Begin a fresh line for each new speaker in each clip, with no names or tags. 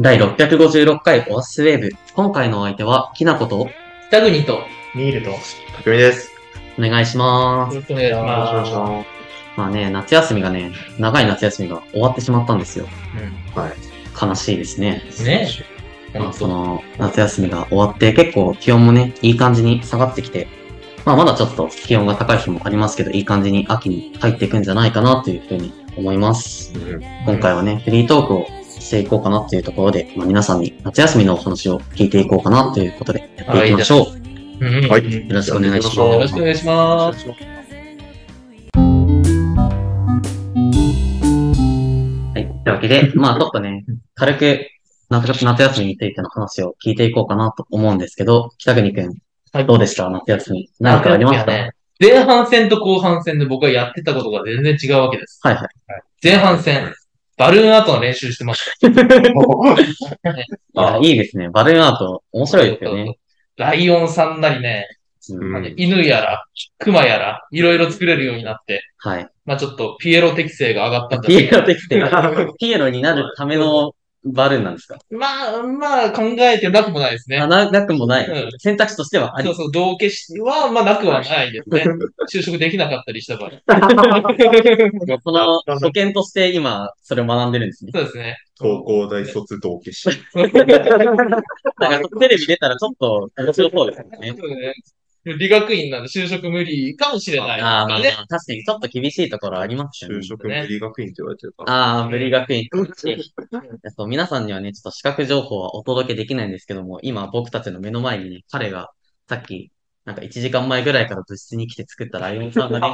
第656回オアシスウェーブ。今回のお相手は、きなこと、お
北国と、よ
ミールと。よ
匠です。
願いします。
ろしくお願いしま
ろ
す
しくお願いし
まあね、夏休みがね、長い夏休みが終わってしまったんですよ。
ます。はい。
悲しいですね。
うん。ね
まあ、
本
そ
当
の、夏休みが終わって、結構気温もね、いい感じに下がってきて、まあ、まだちょっと気温が高い日もありますけど、いい感じに秋に入っていくんじゃないかなというふうに思います。今回はね、フリートークをしていこうかなっていうところで、まあ、皆さんに夏休みのお話を聞いていこうかなということで、やっていきましょう。
うん
は
よ
い。
よろしくお願いします
ろしくお願いします。
はい。というわけで、まあちょっとね、軽く夏夏休みについての話を聞いていこうかなと思うんですけど、北国くん、
はい
どうでした夏休み。何かありました、
ね前半戦と後半戦で僕はやってたことが全然違うわけです。
はいはい。
前半戦、バルーンアートの練習してまし
いや、いいですね。バルーンアート、面白いですよね。
た。ライオンさんなりね、
うん
うん
犬やら、熊やら、いろいろ作れるようになって、
はい。
まあちょっとピエロ適性が上がったんだ
ピエ
け
ロできてる、ピエロになるためのバルーンなんですか
ど、まあ、まあ考えてなくもないですね
あ。ななくもない、
うん
選択肢としてはあり
そう。そう、同化しは、まあなくはないですね。就職できなかったりし たから。
その、保険として今、それを学んでるんですね。
そうですね。
高校大卒同期し。
なんかテレビ出たらちょっと面白そうですよね。
そうね理学院なんで就職無理かもしれないです
ああ、ま
か
あ、
ね。
確かにちょっと厳しいところありますよね
就。職無理学院って言われてるから。
ああ、ブリ学院。そう皆さんにはね、ちょっと資格情報はお届けできないんですけども、今僕たちの目の前にね、彼がさっき、なんか1時間前ぐらいから部室に来て作ったライオンさんがね、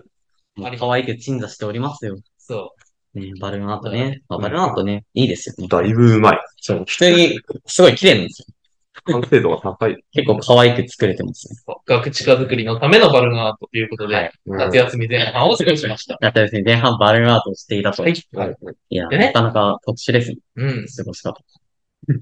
もう可愛く鎮座しておりますよ。
そ
ね、バルーンアートね。まあ、バルーンアートね、いいですよね。
だいぶうまい。
そう、普通に、すごい綺麗なんですよ。
完成度が高い。
結構可愛く作れてますね。
う。学知化作りのためのバルーンアートということで、
はい
夏休み前半を過ごしました。
だったですね、前半バルーンアートをしていたと。
はいい。
はい。
や、
でね
なかなか特殊ですね。
うん。
過ごし方。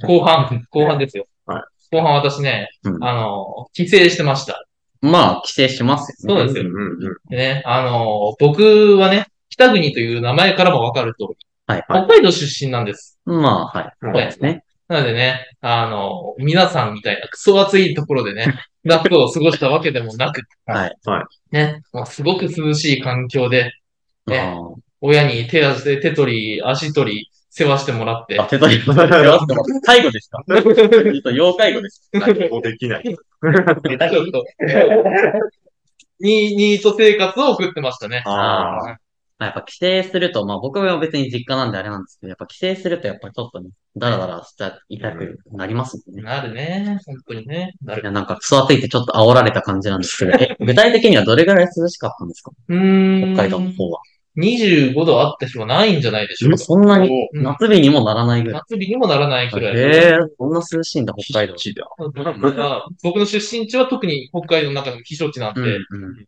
後半、後半ですよ。
はい
後半私ね、
うん
あの、帰省してました。
まあ、帰省しますよ
そう
ね。
です
う
よ。
んうん
でね、あの、僕はね、北国という名前からもわかると、
はい。
北海道出身なんです。
まあ、はい。
うん。
そうですね。
なのでね、あの、皆さんみたいなクソ暑いところ でね、夏を過ごしたわけでもなく、
はい。
ね、もうすごく涼しい環境で、ね
あー
親に手足で手取り、足取り、世話してもらって
あ、、手取り、 手取り合わせてもらって介護ですかちょっと要介護です。
もうできない。
ちょっと、 ニーニート生活を送ってましたね。
ああ。
まあ、やっぱ帰省すると、まあ僕は別に実家なんであれなんですけど、やっぱ帰省するとやっぱちょっとね、ダラダラした、痛くなりますもんね。
なるね、本当にね。ないる。
や、なんか、クソ暑いってちょっと煽られた感じなんですけど、 え、具体的にはどれぐらい涼しかったんですか
うーん。
北海道の方は。
25度あった日はないんじゃないでしょうか。
そんなに、
うん
夏日にもならないぐらい。
夏日にもならないくらい。
ええー、こんな涼しいんだ、北海道。
地だ。
だから僕の出身地は特に北海道の中でも避暑地なんで、
うん、うん。
ね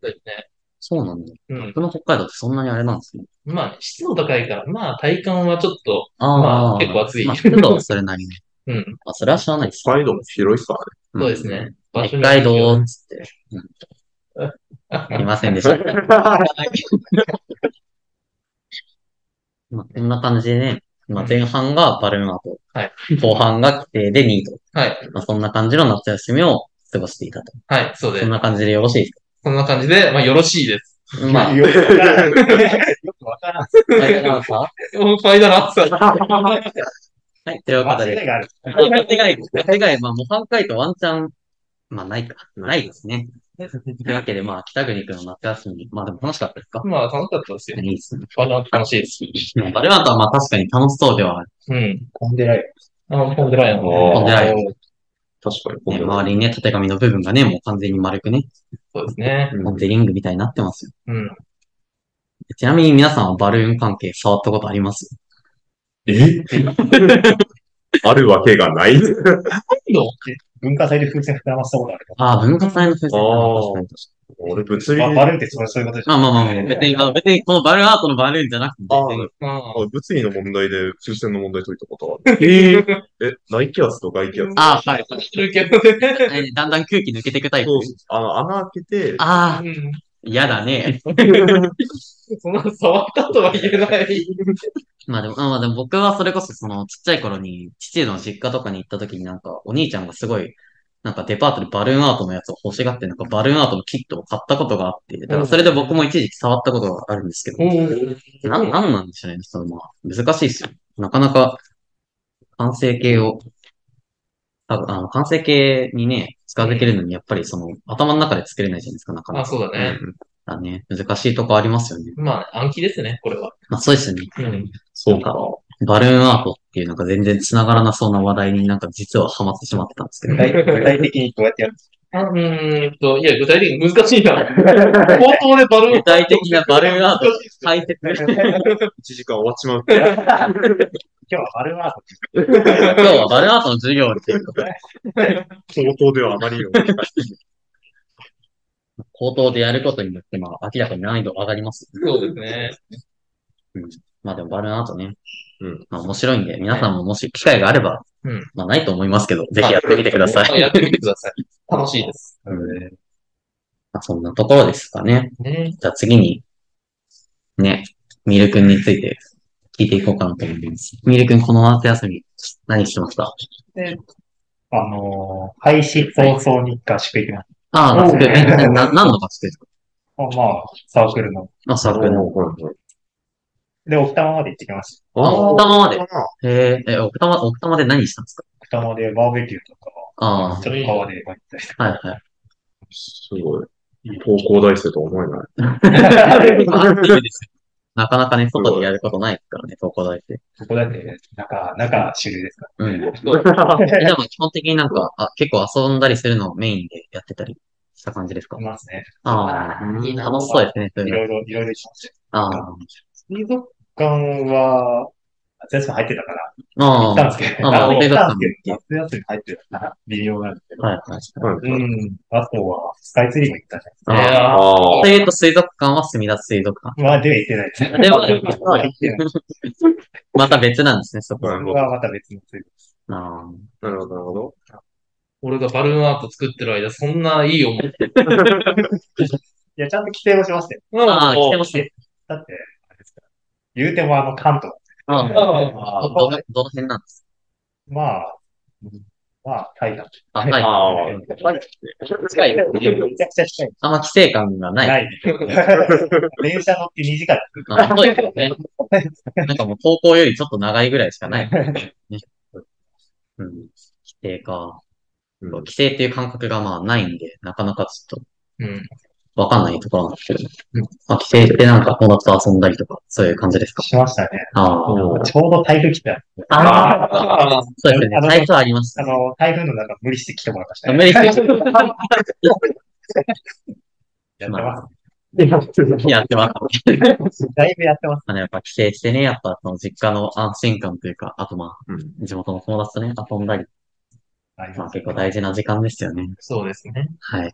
そうなんだ。
うん、
僕の北海道ってそんなにあれなんですね。
まあね、湿度高いから、まあ体感はちょっと、
あ
まあ結構暑い
まあ、湿度はそれなりに。
うん、
あ、それは知らないです。
北海道も広いっすか
そうですね。
うん。
場
北
所によ
海
る
道っつって。うんいませんでした。
らね。
まあ、こんな感じでね、まあ、前半がバルーンアート、
はい
後半が規定でニート、
はい、
まあ、そんな感じの夏休みを過ごしていたと。
はい、そうで
そ
す
ん。な感じでよろしいです
そんな感じで、まあよろし いです。
かまあ、
よくわからん
はい、なんか
もうファイナルアンサー。
はい、ということで。
がある。
間違い、間違い、まあ、模範解答ワンチャン、まあ、ないか。ないですね。というわけで、まあ、北国くんの夏休み、まあ、でも楽しかったですか
まあ楽しかったですよ。
いいですね。
ファイナルアンサー楽しいです。
まあバルーンアートはまあ、確かに楽しそうではある。
うん。
混んでない。
あ、コンデラインの。
混んでない
確かに
ね、周りにね、縦紙の部分がね、もう完全に丸くね、
そうですね。
うん
モデリングみたいになってますよ。
うん。
ちなみに皆さんはバルーン関係触ったことあります
えあるわけがない。
文化祭で風船膨らませたことある。
ああ、文化祭の風船
あー
確かに確か
俺物理
まあ、、バルーンってそれそういうことでし
に。
ょ。
あまあまあまあ、別に、あ別にこのバルーンアートのバルーンじゃなくて、
あー
別に
あ
物理の問題で風船の問題解いたこと ある。え、内気圧と外気圧。
あーはい。
あ。するけどね。
えだんだん空気抜けていくタイプ
そう、あの、穴開けて、
ああ、
うん。
嫌だね。
そんな触ったとは言えない。
まあでも、あまあでも僕はそれこそそのちっちゃい頃に父の実家とかに行った時になんかお兄ちゃんがすごいなんかデパートでバルーンアートのやつを欲しがってなんかバルーンアートのキットを買ったことがあって、だからそれで僕も一時期触ったことがあるんですけど、なん、なんなんでしょうね。そのまあ難しいですよ。なかなか完成形を、ああの完成形にね、近づけるのにやっぱりその頭の中で作れないじゃないですか、なかな
あ、
か。
そうだね。
だね。難しいとこありますよね。
まあ、暗記ですね、これは。
まあそうですよね。
うん。
そ
な
うん
か、バルーンアートっていうのが全然繋がらなそうな話題になんか実はハマってしまってたんですけ
具
ど。
体具体的にどうやってやるんです
あうーんと、いや、具体的に難し いな。冒頭でバルーン。
具体的なバルーンアート
難しいっすね
解説。
1時間終わっちまう。
か今日は丸は、
今日はバルーンアートの授業っていうことで、
口頭ではあまりにも難しい。
口頭でやることによって、まあ明らかに難易度上がります。
そうですね。
まあでもバルーンアートね。
うん。
まあ面白いんで、皆さんももし機会があれば、
うん
まあないと思いますけど、ぜひやってみてくださ
あ
い。
やってみてください。楽しいです。
うんまあ、そんなところですかね。
ね。
じゃあ次に、ね、ミル君について聞いていこうかなと思います。ミル君この夏休み、何してました
あのー、廃止早々に合宿行きまし
ああ、合宿。
うん
え、な、な何の合宿ですか
た。まあ、サークルの。
あ、サークルの。
で、奥多摩まで行ってきました。
あ、奥多摩まで。
あ
へえ、え、奥多摩、奥多摩で何したんですか
奥多摩でバーベキューとか、
あ
ちょっと川でバイトした
あ、はいはい。
すごい。高校大生とは思えない。
まあいいですよ なかなかね、外でやることないですからね、東工大って。
そこだって、中、中主流ですか
うん。 え
そう
で
ら。
も基本的になんか、あ、結構遊んだりするのをメインでやってたりした感じですか
いますね。
ああ、
うん
楽しそうですね、そう
い
いうの。
ろいろ、いろいろ行きました。
あ
水族館は、夏休み入ってたから、
あ、あ
行
あ
ったんですけど、
あ
あの
水
行
族
った
館
んですけど、夏休み入ってたから、微妙なんですけど。
はいはい。
は
う
い。
ん。あとは、スカイツリーも行ったじ
い
ああ
やー
ああ。
というと、水族館は墨田水族館。
ゃん。まあ、では行ってないです。
では行ってない
行ってない。
また別なんですね、そこ
な
は。
る
そ
ほ
れ
ど。
はまた別のツイート
あー
なるほど、なるほど。
俺がバルーンアート作ってる間、そんないい思い。
いや、ちゃんと規制をしましたよ。
あー、来て
も
ますね。
だって、あれですから。言うてもあの関東。
あー
あ
どどのどの辺なんです
まあ、まあ、タイだ。
かあ、はい。
ああ。
近いよ
めちゃくちゃ近い。
あんま規制感がない。
ない。電車乗って2時間。
あそうですよね。なんかもう高校よりちょっと長いぐらいしかない。 ね、うん。規制か。
うん
規制っていう感覚がまあないんで、なかなかちょっ
うん。
とわかんないところなんですけど。まあ、規制ってなんか友達と遊んだりとか、そういう感じですか。
しましたね。
ああ。
ちょうど台風来た。
ああ。
ああ、
そうですよね。最初ありまし
あ
たね。
の、台風の中無理して来てもらいました
無
ね。
理して
やってます。
やってます。
だいぶやってます。
あの、やっぱ帰省してね、やっぱその実家の安心感というか、あとまあ、
うん
地元の友達とね、遊んだり、
あり
まあ
ます
結構大事な時間ですよね。
そうです ね。
はい。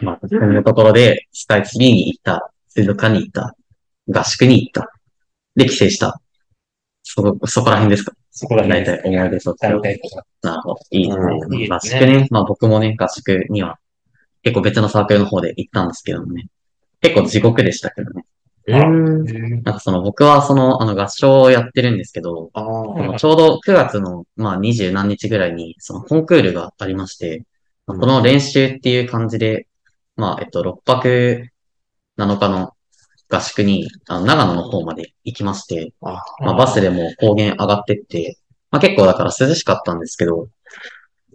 まあ、そういうところで、スカイツリーに行った、水族館に行った、合宿に行った、で、帰省した。そ、そこら辺ですか
そこだけ
大
です。
体思い出と
大体。
なるほど。いいですね。
うんいい
合
です
宿
ね
ね。まあ僕もね、合宿には、結構別のサークルの方で行ったんですけどもね。結構地獄でしたけどね。
えー
なんかその僕はその、あの合唱をやってるんですけど、
あ
そ
あ。
のちょうど9月の、まあ、20何日ぐらいに、そのコンクールがありまして、まあこの練習っていう感じで、まあ、えっと、6泊7日の合宿に、あの長野の方まで行きまして、
あ
まあ、バスでも高原上がってって、まあ、結構だから涼しかったんですけど、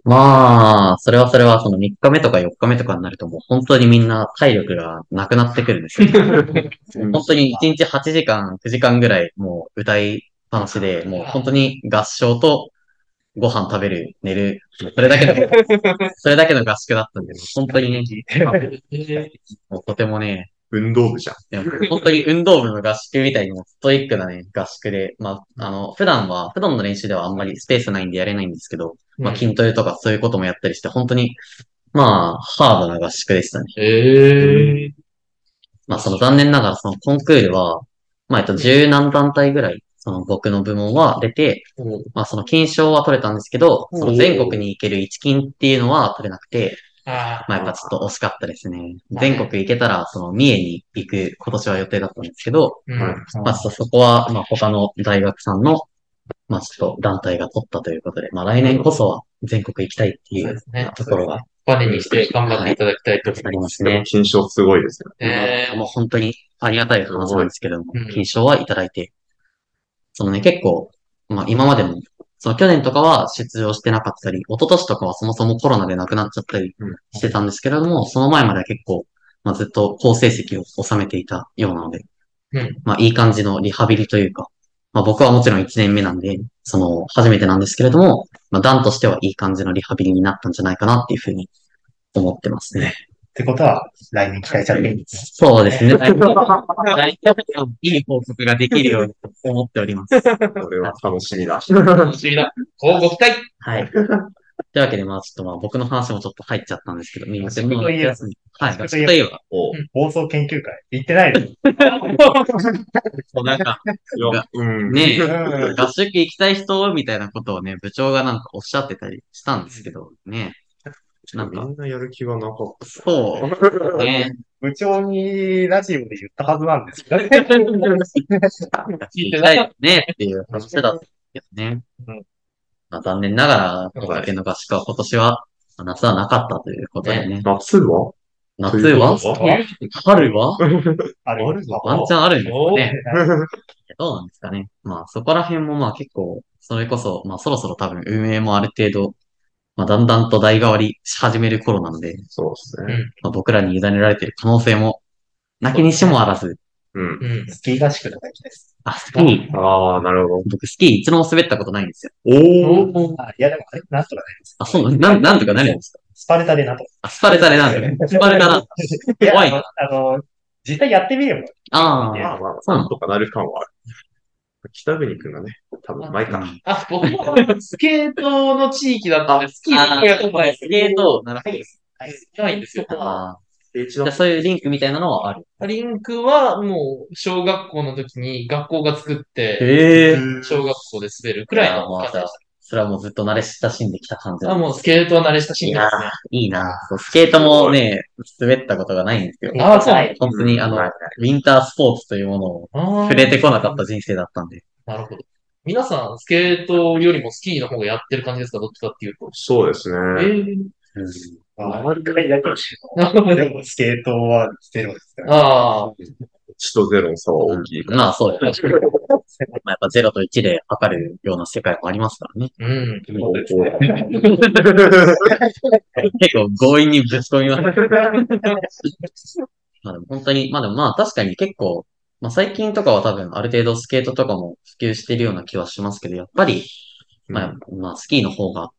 まあ、それはそれは、その3日目とか4日目とかになるともう本当にみんな体力がなくなってくるんですよ。
うん
本当に1日8時間、9時間ぐらい、もう歌いっぱなしで、もう本当に合唱とご飯食べる、寝る、それだけ の、それだけの合宿だったんです、本当にね、もうとてもね、
運動部じゃん。
でも本当に運動部の合宿みたいにもストイックなね、合宿で、まあ、あの、普段は、普段の練習ではあんまりスペースないんでやれないんですけど、まあ、筋トレとかそういうこともやったりして、本当に、まあ、ハードな合宿でしたね。
ええ。
まあ、その残念ながら、そのコンクールは、まあ、えっと、十何団体ぐらい、その僕の部門は出て、まあ、その金賞は取れたんですけど、その全国に行ける一金っていうのは取れなくて、
あ
まあやっぱちょっと惜しかったですね。全国行けたら、その三重に行く今年は予定だったんですけど、
ーうん。
まあちょっとそこは、まあ他の大学さんの、まあちょっと団体が取ったということで、まあ来年こそは全国行きたいってい
そうで
う
すね。
ところが
バネにして頑張っていただきたいと思い
あ
ます。
ります
でも
ね。
金賞すごいですね。
え
もう本当にありがたい話なんですけども
うん、
金賞はいただいて、そのね、結構、まあ今までも、その去年とかは出場してなかったり、一昨年とかはそもそもコロナで亡くなっちゃったり
うん
してたんですけれども、その前までは結構、まあずっと好成績を収めていたようなので、
うん
まあいい感じのリハビリというか、まあ僕はもちろん1年目なんで、その初めてなんですけれども、まあ団としてはいい感じのリハビリになったんじゃないかなっていうふうに思ってますね。
てことは、来年期待されてるんです。
そうです ね。大体いい報告ができるように思っております。
これは楽し みだ。
ー、楽しみだ。乞うご期待
はい。というわけで、まあ、ちょっとまあ、僕の話もちょっと入っちゃったんですけど、みんなで
合といえば
はい、合宿といえば、
お
放送研究会、行ってないです。
そうなんか、
いや、うん。
ねえ
うん
合宿行きたい人みたいなことをね、部長がなんかおっしゃってたりしたんですけど、ね。なん
み
か、
んなやる気がなかっ
そう。ね。
部長にラジオで言ったはずなんですけ どね。
行きたいよねっていう話だったんですけどね。
うん
まあ、残念ながら、ホタテの合宿は今年は、まあ夏はなかったということでね。
た。夏は
夏は
と
いう
春は
あれ
あるぞ
ワンチャンあるんですかね。
うん
どうなんですかね。まあそこら辺もまあ結構、それこそ、まあそろそろ多分運営もある程度、まあだんだんと代替わりし始める頃なので、
そうですね。
まあ僕らに委ねられている可能性も、なきにしもあらず、
うん。
うん。
スキー合宿とか行きたいです。
あ、スキー、
ああ、なるほど。
僕スキー一度も滑ったことないんですよ。
おお。
おー
あいや、でもあれ、なんとかなります。
あ、そう、なん、なんとかなるんですか
スパルタでなんとか。
あ、スパルタでなんとか、スパルタな。
いや
怖い
あの、あの実際やってみれば、
あ
まあまあ、
そう
なんとかなる感はある。北国くんがね、多分前か
あ。。
あ、僕もスケートの地域だったんで、スキー
あ
のやったことない
ー、
です
スケート、なるほど。
はい
ないんですよ。
ああ
一
じゃあそういうリンクみたいなのはある。
リンクはもう小学校の時に学校が作って、
え
小学校で滑るくらいの感じでし
それはもうずっと慣れ親しんできた感じ
た。
だ
あもうスケートは慣れ親しんでますね。
いいなぁそうスケートもね、滑ったことがないんですよ。
ああ、そうなんだ
本当にあの、
はい
ウィンタースポーツというものを
あー
触れてこなかった人生だったんで。
なるほど。皆さん、スケートよりもスキーの方がやってる感じですかどっちかっていうと。
そうです
え
ね。
ー、
うん
あ一回やってほしい
なるほ
で
ど。
も、スケートはゼロですから。
ああ、
1と0の差は大きいから。
まあそうよね。まあやっぱ0と1で測るような世界もありますからね。
うん。
おー
結構強引にぶち込みます。まあでも本当に、まあでもまあ確かに結構、まあ最近とかは多分ある程度スケートとかも普及してるような気はしますけど、やっぱり、まあ、まあスキーの方が、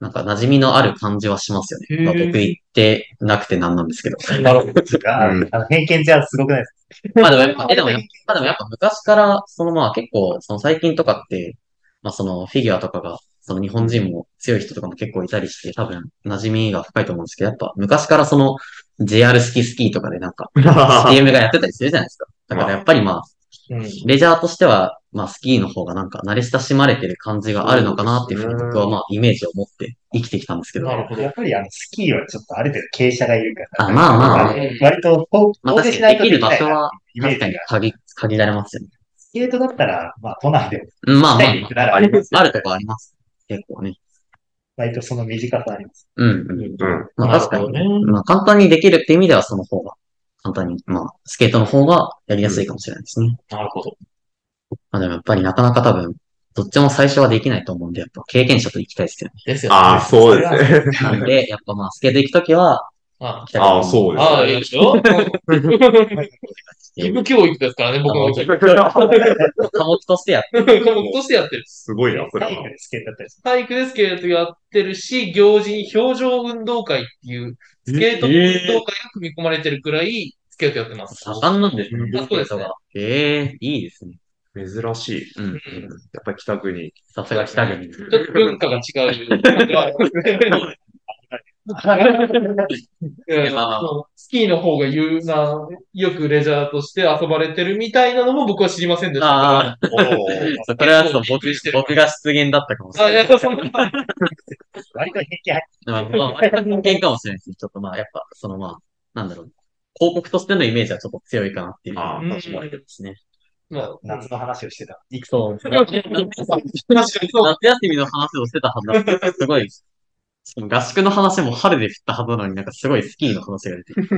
なんか馴染みのある感じはしますよ
へ
ね。
ー
まあ僕行ってなくてなんなんですけど。
なるほど。
あ
うん
あの偏見じゃすごくないです
まあでもやっぱ、えでもやっぱ、でもやっぱ昔から、そのまあ結構、その最近とかって、まあそのフィギュアとかが、その日本人も強い人とかも結構いたりして、多分馴染みが深いと思うんですけど、やっぱ昔からその JR スキースキーとかでなんか、CM がやってたりするじゃないですか。だからやっぱりまあ、
うん。
レジャーとしては、まあスキーの方がなんか慣れ親しまれてる感じがあるのかなっていうふうに僕はまあイメージを持って生きてきたんですけど。
な
あ
るほど
や。っぱりあのスキーはちょっとある程度傾斜がいるから。
まあまあ、
の割とこう、
まあ
遠出
確
し
か
な
にで
いと
き
で
る
きな
場
い
所
な
は
イメー
確
ジ
か
が
に限、限られますよね。
スケートだったら、まあ、都内でも
うんまあまあ
行きたいならあります
まあ、あるとこあります。結構ね。
割とその短さあります。
うん、うん。
うん。
まあ確かに、
なるほどね
まあ簡単にできるって意味ではその方が、簡単に、まあスケートの方がやりやすいかもしれないですね。
なるほど。
まあでもやっぱりなかなか多分、どっちも最初はできないと思うんで、やっぱ経験者と行きたいですよね。
ですよね。
ああ、そうですね。
なんで、やっぱまあスケート行くときは、
あ
ああ、そうです
ああ、いいでしょ義務教育ですからね、僕の時。
う。科目としてやっ
僕としてやってる。
すごいな、それ
体育
は。
でスケートだったりす
体育でスケートやってるし、行事に表情運動会っていう、スケート運動会が組み込まれてるくらい、スケートやってます。
盛んなんですね。
あそうですね
ええいいですね。
珍しい。
うん。
うん
やっぱり北国。
さすが北国。
ちょっと文化が違う。えー
まあまあま
スキーの方が有な、よくレジャーとして遊ばれてるみたいなのも僕は知りませんでしたから。
あ
おー
あ、 それはちょっと僕
びっくりして、る
僕が出現だったかもし
あ、い
れ
や、
ない。
そんなことない
割と平気入って
まあ、まあ、割と人間かもしれないですね。ちょっとまあ、やっぱ、そのまあ、なんだろう。広告としてのイメージはちょっと強いかなっていう。
あ
ー
私もあれですね。
まあ、
夏の話をしてた。
行くと、
確かにそう。
夏休みの話をしてたはずだったすごい、しかも合宿の話も春で振ったはずなのになんかすごいスキーの話が出て きて。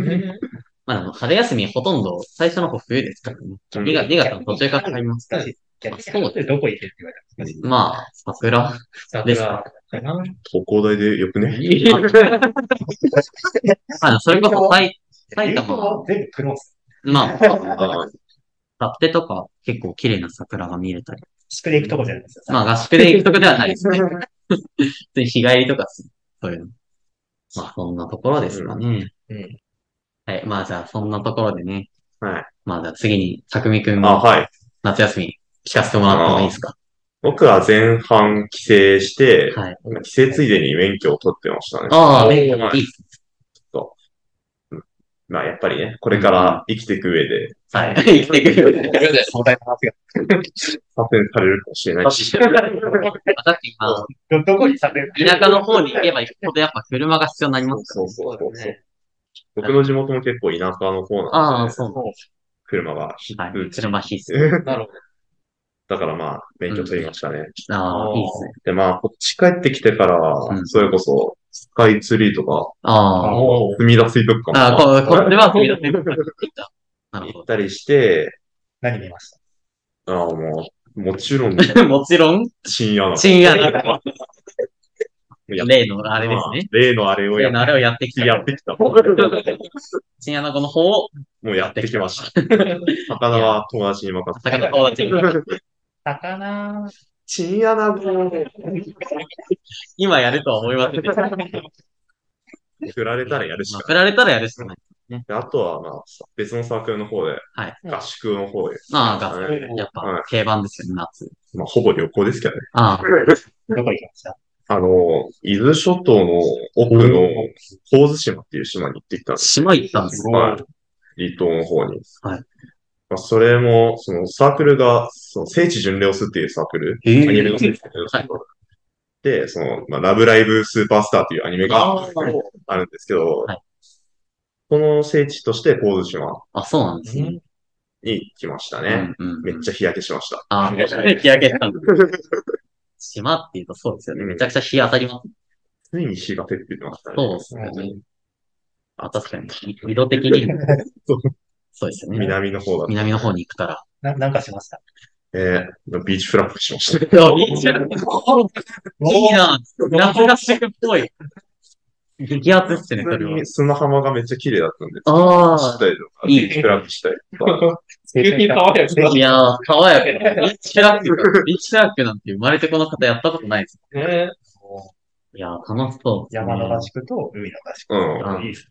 まあ、あの、春休みほとんど最初の方冬ですからね。
うん
2月、2月の途中から入りますから。
し、逆にどこ行けって言われた。
まあ、 桜ですか。
東工大でよくね。
あの、それこそ埼、埼玉は、
は全部クロース。
まあ、
あー
ラプテとか結構綺麗な桜が見れたり。
宿で行くとこじゃないですか。
まあ、合宿で行くとこではないです ね。普通に日帰りとかするそういうの。まあ、そんなところですかね。
うんう
はい。まあ、じゃあ、そんなところでね。
はい。
まあ、じゃあ次に、匠くん
あ、
も
はい。
夏休み聞かせてもらってもいいですか
僕は前半帰省して、
はい。
帰省ついでに免許を取ってましたね。
ああ、
はい
いいですね。
まあやっぱりね、これから生きていく上で、
はい。生きてく る。
壮大な話
発展されるかもしれないし。
さっき、まあ、
が。どこにされる
田舎の方に行けば行くほどやっぱ車が必要になりますか
そうそうそう
だ
そう。僕の地元も結構田舎の方
ら。あ
なん
あ、
ですね。
そ
車が
う。は
う
い。
ん
車必須。
なるほど。
だからまあ、免許取りましたね。
ああ、いいですね。
でまあ、こっち帰ってきてから、
ん
それこそ、スカイツリーとか、
ああ。
お
すみ出水族館
ああ、
とか
ここれは 踏み出せる。なる
行
ほ
ったりして、
何見ました
ああ、もう、もちろん、
ど。 もちろん、
深夜の。
深夜の、
や
例の あれです
まあ
ね。
例のあれをや
例
っ
のあれをやってきた。
やってきた。も
深夜の子の方を、
うやってきました。魚は友達に任せ
坂の方たちに。
魚。
チンアナゴ。
今やるとは思いますけど。ま
振られたらやるし
あ
か
振られたらやるしかない。
ない。あとは、まあ、別のサークルの方で、
はい
合宿の方で、
まあ、が
はい
やっぱ定番ですよね、夏。
まあ、ほぼ旅行ですけどね。
あ
どこ行きました
あの、伊豆諸島の奥の神津島っていう島に行ってきたん
あ、
です。
島行ったんですよ。
はい。離島の方に。
はい。
まあ、それも、そのサークルが、その聖地巡礼をするっていうサークル、
ええ
アニメの聖地巡礼をするで、その、まあ、ラブライブスーパースターというアニメが
あー
あるんですけど、
はい
その聖地として神津島
あ、そうなんですね。
に来ました
う
ね。
んうん
めっち
ゃ。
ゃ日焼けしました。
ああ、めっちゃ日焼けしたんです 島っていうとそうですよね。めちゃくちゃ日当たります。
ついに日が照ってましたね。
そうですね。あ、確かに。緯度的に。そうですよね。
南の方だと。
南の方に行くから。
ななんかしました。
えー、ビーチフラッグしました。
いいな夏合宿っぽい。激アツっすね、そ
普
れ
通
は。
に砂浜がめっちゃ綺麗だったんで、
あ
したりとか、
いいね
ビーチフラッグしたりとか。
急に爽やか
あ。いやー、爽やか。ビーチラック、ビーチラックなんて生まれてこの方やったことないです。
ね。
いやー、楽しそうですね、
山の合宿と海の合宿。
うん。
あ
いいです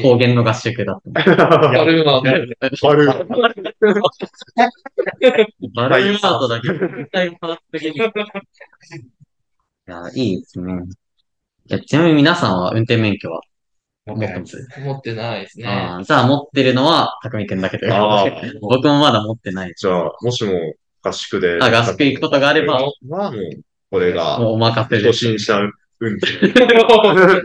高原の合宿だったね。
バ
バルーンはね
ルーン
バルーンアートだけど、絶対楽しすぎる。いやー、いいですね。いやちなみに皆さんは運転免許は持ってます、
持ってないですね。
あーじゃあ持ってるのは、たくみくんだけということ
あ
で
ー
僕もまだ持ってないです。
じゃあ、もしも合宿で。
あ合宿行くことがあれば
はもう、これが、
もうお任せで
初
す。
心者運転。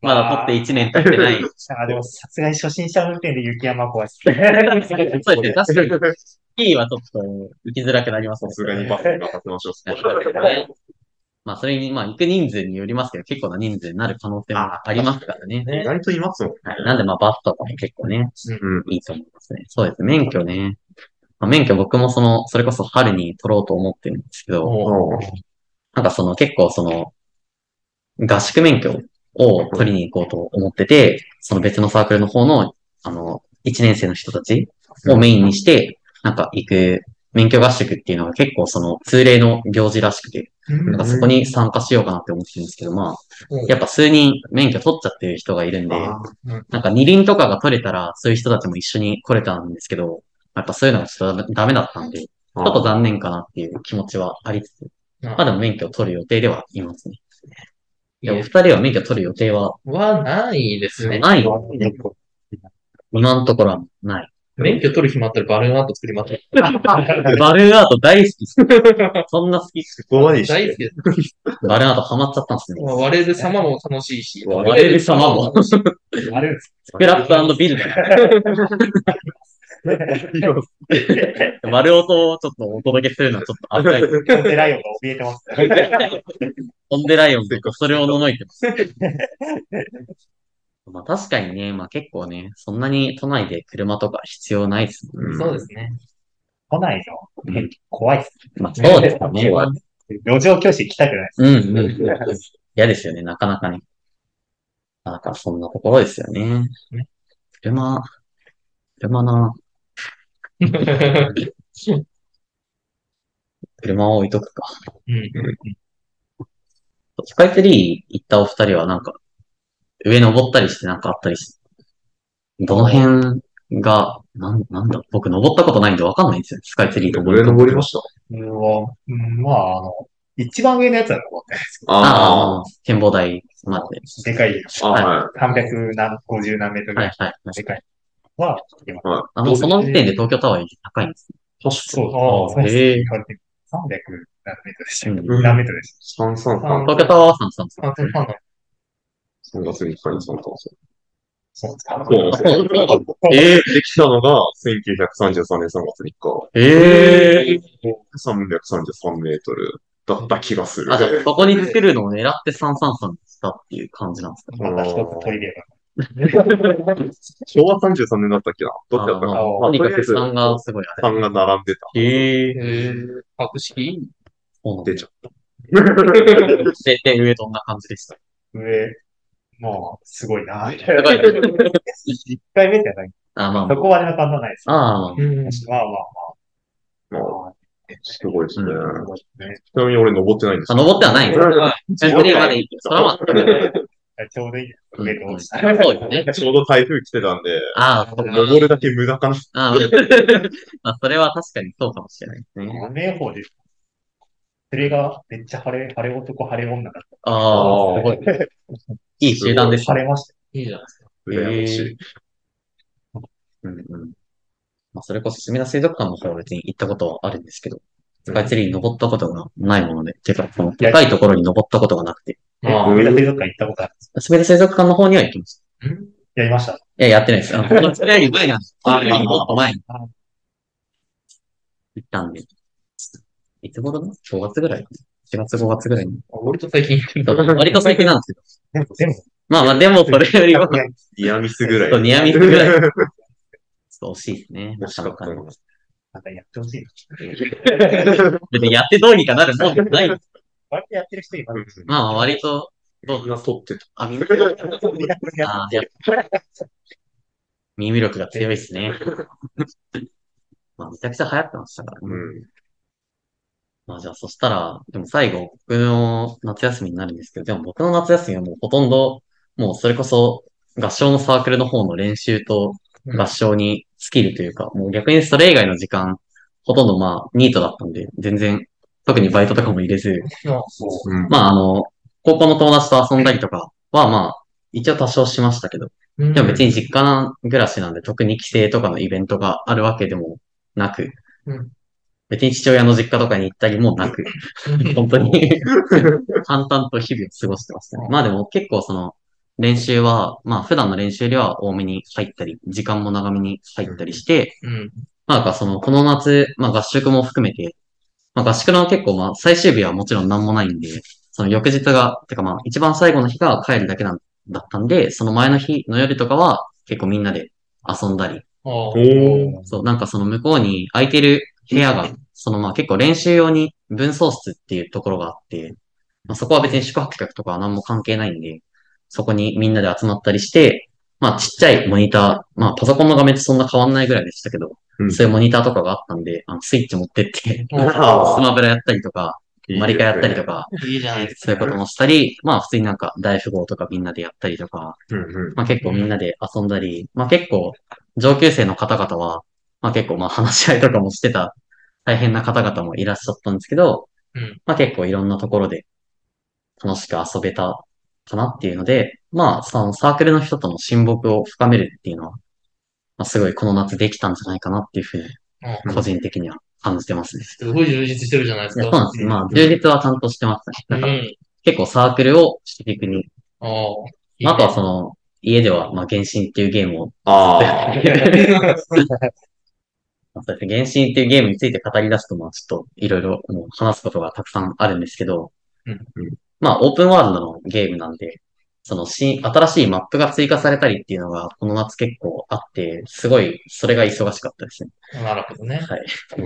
まだ取って1年経ってない。
あ、でも、さすがに初心者運転で雪山怖いっす。
そうですね、確かに。キーはちょっと行きづらくなりますね
さすがにバスに任せましょ
はいまあ、それに、まあ、行く人数によりますけど、結構な人数になる可能性もありますからね。
う。意外といますもん。
はいなんで、まあ、バスとかも結構ね、
うん。
いいと思いますね。そうです。免許ね。まあ、免許僕もその、それこそ春に取ろうと思ってるんですけど、なんかその結構その、合宿免許を取りに行こうと思ってて、その別のサークルの方の、あの、1年生の人たちをメインにして、なんか行く免許合宿っていうのが結構その通例の行事らしくて、なんかそこに参加しようかなって思ってるんですけど、まあ
うん、
やっぱ数人免許取っちゃってる人がいるんで、
あ
なんか二輪とかが取れたら、そういう人たちも一緒に来れたんですけど、やっぱそういうのがちょっとダメだったんで、ちょっと残念かなっていう気持ちはありつつ、まあでも免許を取る予定ではいますね。いや、お二人は免許取る予定は
はないですね。
ないの今のところはない。
免許取る暇あったらバルーンアート作ります。
バルーンアート大好きっす。そんな好きっす。
そこまでして
大好きです。
バルーンアートハマっちゃったんですね。
まあ、割れる様も楽しいし。
割れる様も。ス
あれです。
クラップビルド。丸音をちょっとお届けするのはちょっと危ないです。
今日デライオンが怯えてます。
オンデライオンでそれをののいてます。まあ確かにね、まあ結構ね、そんなに都内で車とか必要ないですもんね。
うん
そうですね。
来ないの。ね怖いっす。
まあそうですよね。
怖い路上教師行きたくない
うんうんうん。 嫌ですよね、なかなかね。なんかそんなところですよね。車、車な、車を置いとくか。
うん
スカイツリー行ったお二人はなんか、上登ったりしてなんかあったりし、どの辺が、なん、なんだ、僕登ったことないんでわかんないんですよ。スカイツリー登
上
ると。
登りました。
です。うわ、うん、まあ、あの、一番上のやつは残ってないですけ
ああ、展望台まで。
ど、でかい、
あ。あ
300何、50何メートルぐ
は
ら
い
い
はいは
の
い。
でかいのは、今、
あ、はい。
あ、もうその時点で東京タワーより高いんですね。
そう、
あ
そう
あ
です
へえ
言われてみる300何メートルでしたっ
う
け
ん
何メートルでし
三三
た
三
東京タワーは3 3
あそうなんだ
三月に一回に参加をする。
そうですか。
そうなんですよ。
え
できたのが、1933年3月3日。
えええ
333メートルだった気がする。
あ、じゃあ、そこに作るのを狙って333にしたっていう感じなんですか
また一つ取り入れ
昭和33年だったっけなどっちだったか
あ
な
まあ
ま
と
あ
に
と
か
りあえ
く
ず
3がすごいあれ。
3が並んでた。
ええ
へえ格式
そうなんだ
出ちゃった。
で、で上どんな感じでした
ば、上、もう、すごいな。
やばい
一回目じゃない。
あ、まあま
そこはなかなかないです。
あ、あー
うん
まあまあ
まあ
まあ。
すごいですね。
う
すごいですね
ちなみに俺登ってないんです
あ、登ってはないんですよ。スカイツリーまで行って、そらま
ちょうどいいです。上と落ちた。
そうよね。
ちょうど台風来てたんで、
ああ、そっか。
登るだけ無駄かな。
ああ、まあ、それは確かにそうかもしれないですね。
雨予報です。それがめっちゃ晴れ、晴れ男、晴れ女だっ
ああ、すごい。いい集団で
た。
す
晴
ね。
れました。
いいじゃないですか。
羨ましい。
うんうん。まあ、それこそ、すみだ水族館の方は別に行ったことはあるんですけど、スカイツリーに登ったことがないもので、てか、その、でかいところに登ったことがなくて、
あ
うん
上田水族館行ったことあるんです。
すみだ水族館の方には行きました。
やりました。
いや、やってないです。あの、このそれより前なんです。それよりもっと前に。行ったんで。いつ頃だ ?5 月ぐらい ?4 月5月ぐらいに。
割と最近行ってる
割と最近なんですけど。
でも、でも、
まあまあ、でもそれよりは、ちょ
ニアミスぐらい。
っとニアミスぐ らい。ちょっと惜しいですね。
惜しかったな
なかなか
なんかやってほしいな。
別にやってどうにかなるもんじゃない。
割とやってる人います。
まあ、割と、ど
み
うん
な撮ってた。
あ、耳
みんなこれやっ
あーやっ耳力が強いですね。 まあ、めちゃくちゃ流行ってましたからね。
うん。
まあじゃあそしたら、でも最後、僕の夏休みになるんですけど、でも僕の夏休みはもうほとんど、もうそれこそ合唱のサークルの方の練習と
うん
合唱に尽きるというか、もう逆にそれ以外の時間、ほとんどまあニートだったんで、全然、特にバイトとかも入れず、
そう。
うん。
まああの、高校の友達と遊んだりとかはまあ、一応多少しましたけど、でも別に実家暮らしなんで特に帰省とかのイベントがあるわけでもなく、
うん
別に父親の実家とかに行ったりもな く、本当に 淡々と日々を過ごしてましたね。まあでも結構その練習は、まあ普段の練習よりは多めに入ったり、時間も長めに入ったりして、
うん。
まあなんかそのこの夏、まあ合宿も含めて、まあ合宿の結構まあ最終日はもちろん何もないんで、その翌日が、てかまあ一番最後の日が帰るだけなんだったんで、その前の日の夜とかは結構みんなで遊んだり、
あ
お
ー
ー。
そう、なんかその向こうに空いてる部屋が、そのまあ結構練習用に分層室っていうところがあって、まあ、そこは別に宿泊客とかは何も関係ないんで、そこにみんなで集まったりして、まあちっちゃいモニター、まあパソコンの画面とそんな変わんないぐらいでしたけど、
うん
そういうモニターとかがあったんで、あのスイッチ持ってって、ス
あ
マブラやったりとか、マリカやったりとか、
か。
いいじゃないです
そういうこともしたり、まあ普通になんか大富豪とかみんなでやったりとか、
うんうん。
まあ結構みんなで遊んだり、まあ結構上級生の方々は、まあ結構まあ話し合いとかもしてた大変な方々もいらっしゃったんですけど、
うん
まあ結構いろんなところで楽しく遊べたかなっていうので、まあ、そのサークルの人との親睦を深めるっていうのは、まあ、すごいこの夏できたんじゃないかなっていうふうに
う、
個人的には感じてますね。
すごい充実してるじゃないです
いやそう
か。
なんです。まあ、充実はちゃんとしてます
う
ね。なんか
ん。
結構サークルを主軸に、
ああ。いいね
あとはその、家では、まあ、原神っていうゲームを、
ああ。
まあそうですね原神っていうゲームについて語り出すと、まあ、ちょっといろいろもう話すことがたくさんあるんですけど、
うん
うん
まあ、オープンワールドのゲームなんで、その新、新しいマップが追加されたりっていうのが、この夏結構あって、すごい、それが忙しかったですね。
なるほどね。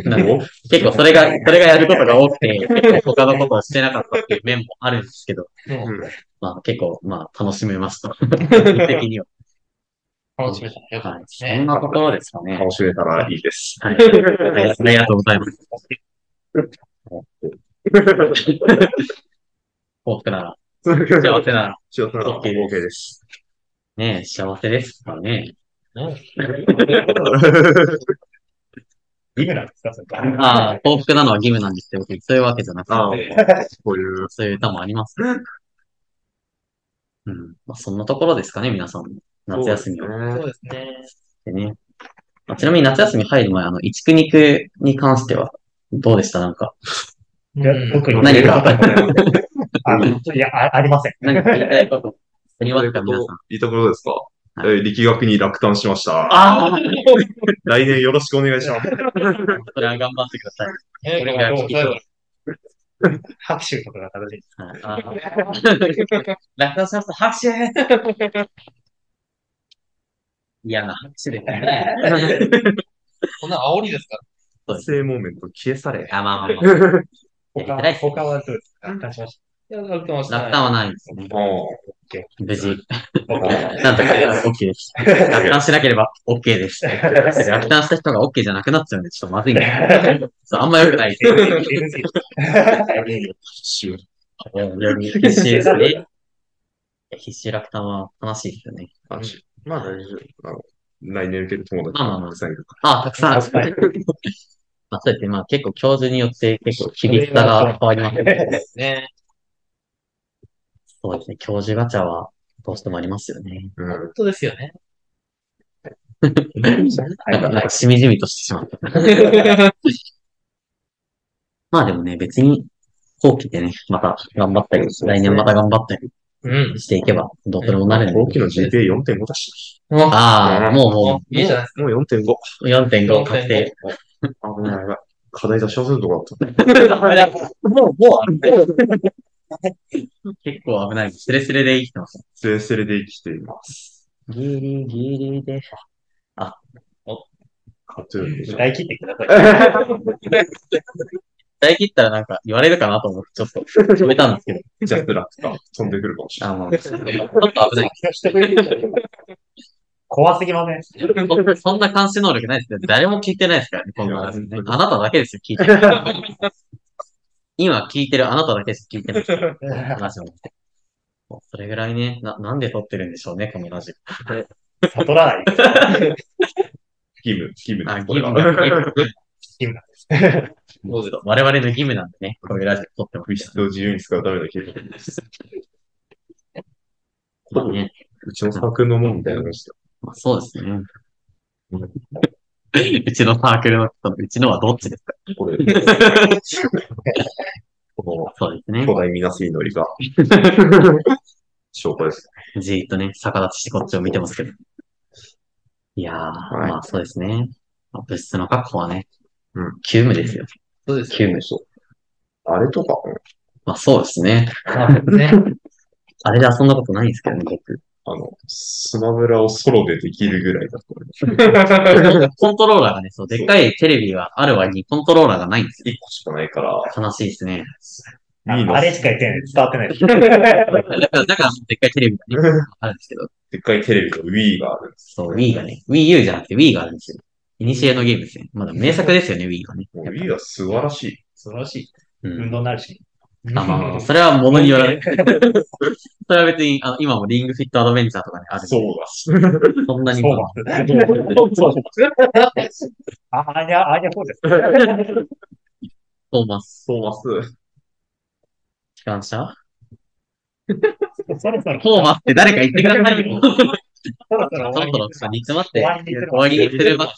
なんで結構それが、それがやることが多くて、結構他のことをしてなかったっていう面もあるんですけど、
うん
まあ、結構、まあ、楽しめました。個人的には。
楽しめた。よかっ
は
た
い。
です
そ
ね
ん。なところですかね。
楽しめたらいいです。
はい。はいありがとうございます。幸福なら、幸せなら、
幸せなら
OK です
OK です。
ねえ、幸せですからね。
義務なんですかそれ
ああ、幸福なのは義務なんですって、そういうわけじゃなくて、
ああ、こういう、
そういう歌もありますね。うん。まあ、そんなところですかね、皆さん。夏休みは。
そうですね。
でね。まあちなみに夏休み入る前、あの、一区二区に関しては、どうでしたなんか。
いや特に
何か
あのいやあ、ありません。
何か言いたいことあり
そ
ま
うい
す
う
か
こ
皆さん
と。、いいところですか
はい
えー力学に落胆しました。
ああ
来年よろしくお願いします。
それは頑張ってください。
ね
これがどうぞ拍手とかが正しい。
はいあー落胆しました。拍手嫌な拍手ですね。
こんな煽りですか
生モーメント消え去れ。
あ、まあまあまあ。
他
大
は、
好き
他はどうですか出しまし
らいや、なってましたね。
落胆はないですね。無事。
た
なんとか OK です。落胆しなければ OK です。落胆した人が OK じゃなくなっちゃうんで、ちょっとまずいんで。そうあんま良くないです。
NG
シュー
いやい や必死ですね。いや必死落胆は悲しいですよね。
あしまあ大丈夫。あの来年受ける友達
まあまあまあ
たくさんいるか
ああ、たくさん。まあ
確かに
そうやって、 まあ結構教授によって結構厳しさが変わります ね。
ね。
そうですね。教授ガチャはどうしてもありますよね。
ら。うん
本当ですよ ね。
なんか、なんかしみじみとしてしまった。まあでもね、別に、後期でね、また頑張ったり、来年また頑張ったり
うん。
していけば、どうとでもなるんで。
後期の GPA4.5 だし。
あ、
ああ、もうも
いいじゃないです
もう4.5。
う4.5確定。
あ危ない危ない。課題出し忘れるとこだっ
もう、もう、結構危ない。スレスレで生きてます。
た。スレスレで生きています。
ギリギリで。
カトゥーンでしょ
歌い切ってください。
伝え切ったらなんか言われるかなと思って、ちょっと止めたんですけど。
ジャスラックが飛んでくるかもしれない。
あの、ちょっと危ない。
怖すぎません。
そんな監視能力ないですね。誰も聞いてないですからね、こんなのね
いや
あなただけですよ、聞いてる。今聞いてるあなただけです、聞いてる話を。もうそれぐらいね、な、なんで撮ってるんでしょうね、このラジ
悟らない。
義務、義務
オ。あ、
で
義
す。これ
務
は
が、義務
そうです
我々の義務なんでね、こういうラジオ撮ってます
物質を自由に使うための計画です。
まあね。
うちのサークルのもんみたいな話だ。
まあ、そうですね。 うちのサークルの人の、うちのはどっちですか
こ れ、こ
そうです
の
ね
巨。大みなす祈 りが、証拠です。
じーっとね、逆立ちしてこっちを見てますけど。いやー、
い
まあそうですね。まあ物質の確保はね、
うん
急務ですよ。
そうです
急務。
あれとか、
まあそうですね。
ね。
あれで遊んだことないんですけどね、 僕。
あの、スマブラをソロでできるぐらいだと思います。
コントローラーがね、そう、でっかいテレビがある割にコントローラーがないんですよ。
1個しかないから、
悲しいです ね。
いいの
あれしか言ってない。伝わってない。
だから、だからでっかいテレビがね、あるんですけど。
でっかいテレビと Wii があるんです。
そう、Wii がね、Wii U じゃなくて Wii があるんですよ。イニシエのゲームですね。まだ名作ですよね、Wii はね。
もう Wii は素晴らしい。
素晴らしい。
う
運
ん。
動になるし。
あまあ、それは物によらない。それは別に、あの、今もリングフィットアドベンチャーとかね、あるんで
そうだ。
そんなに
そう
も。
なんです。あ、あにゃ、あにゃ、そうです。
トーマス、
トーマス。
機関車
そろそろ、
フォーマって誰か言ってください よ。
そろそろ
そろ
終
そろ
わりに
ちょっと煮詰まって
終、わりにする
終わりにするばダ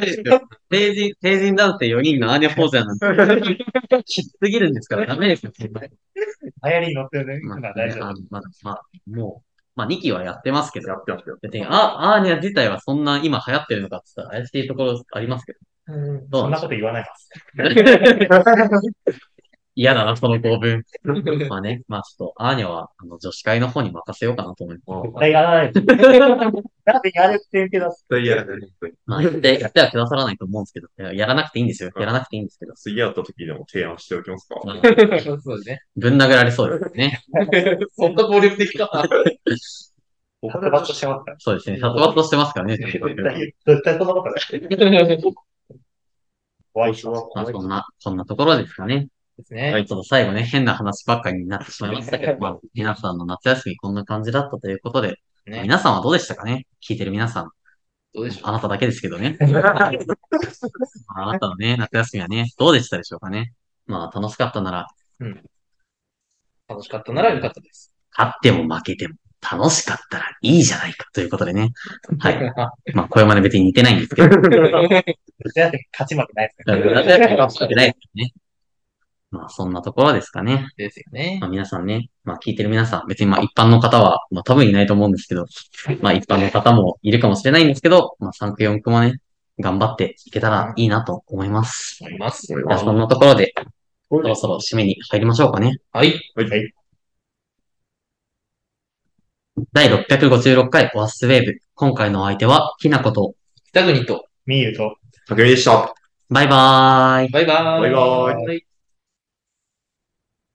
メですよ。成人、成人男性4人のアーニャポーズやなんて、きつすぎるんですからダメですよ。そんな
流行りに乗ってるね。
まあ、
今
ね
大丈
あ
夫。
のまだ、まあ、もう、まあ2期はやってますけど
や、ってますよ。
別に、あ、アーニャ自体はそんな今流行ってるのかって言ったら怪しいところありますけど。どう
そ
なんんで
な
し
こ
ょう
と言わないです。
嫌だな、その構文。まあね、まあちょっと、アーニャは、あの、女子会の方に任せようかなと思います。
絶対やらないです。なんでやるって言うけど、
絶対やらない。本当に
まあ、やって、やってはくださらないと思うんですけど、いややらなくていいんですよ。
うん
やらなくていいんですけど。
次会った時でも提案しておきますか。
まあ
そうね。
ぶん殴られそうですね。
そんな暴力 的か。
殺伐としてますから。
そうですね。殺伐としてますからね。
絶対、絶対そんなことない。
で
怖い人は
まあ、そんな、そんなところですかね。
すね。
ちょっと最後ね、変な話ばっかりになってしまいましたけど、まあ、皆さんの夏休みこんな感じだったということで、
ね
皆さんはどうでしたかね聞いてる皆さん。
どうでしょ
あなただけですけどね。あなたのね、夏休みはね、どうでしたでしょうかね。まあ、楽しかったなら、
う楽しかったならよかったです。
勝っても負けても楽しかったらいいじゃないかということでね。はい。まあ、これまで別に似てないんですけど、
絶対勝ち負けないです
夏
ね。
休み楽しくないですよね。まあ、そんなところですかね。
ですよね
ま。あ、皆さんね、まあ、聞いてる皆さん、別にまあ、一般の方は、まあ、多分いないと思うんですけど、まあ、一般の方もいるかもしれないんですけど、まあ、3区4区もね、頑張っていけたらいいなと思います。
思います。
じゃあ、そんなところで、そろそろ締めに入りましょうかね。
はい。
第656回オアシスウェーブ。今回のお相手は、ひなこと。
北国と、
見ると、
竹見でした。
バイバーイ。
バイバーイ。
バイバ
イ。